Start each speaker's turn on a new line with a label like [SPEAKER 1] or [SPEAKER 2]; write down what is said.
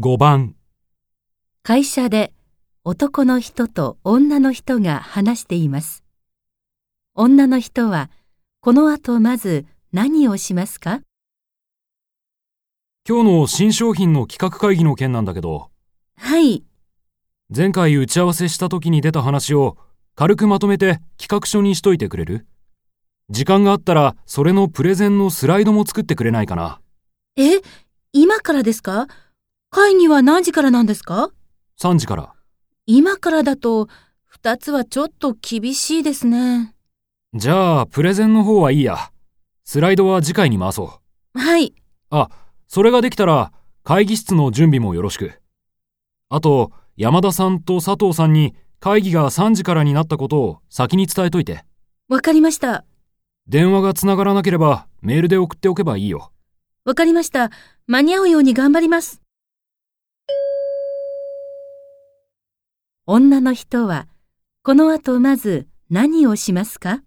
[SPEAKER 1] 5番、
[SPEAKER 2] 会社で男の人と女の人が話しています。女の人は、この後まず何をしますか
[SPEAKER 1] 今日の新商品の企画会議の件なんだけど、
[SPEAKER 2] はい、
[SPEAKER 1] 前回打ち合わせした時に出た話を軽くまとめて企画書にしといてくれる時間があったらそれのプレゼンのスライドも作ってくれないかな
[SPEAKER 2] え、今からですか会議は何時からなんですか
[SPEAKER 1] ?3 時から。
[SPEAKER 2] 今からだと、二つはちょっと厳しいですね。
[SPEAKER 1] じゃあ、プレゼンの方はいいや。スライドは次回に回そう。
[SPEAKER 2] はい、
[SPEAKER 1] あ、それができたら会議室の準備もよろしく。あと、山田さんと佐藤さんに会議が3時からになったことを先に伝えといて。
[SPEAKER 2] わかりました。
[SPEAKER 1] 電話がつながらなければメールで送っておけばいいよ。
[SPEAKER 2] わかりました。間に合うように頑張ります。女の人は、この後まず何をしますか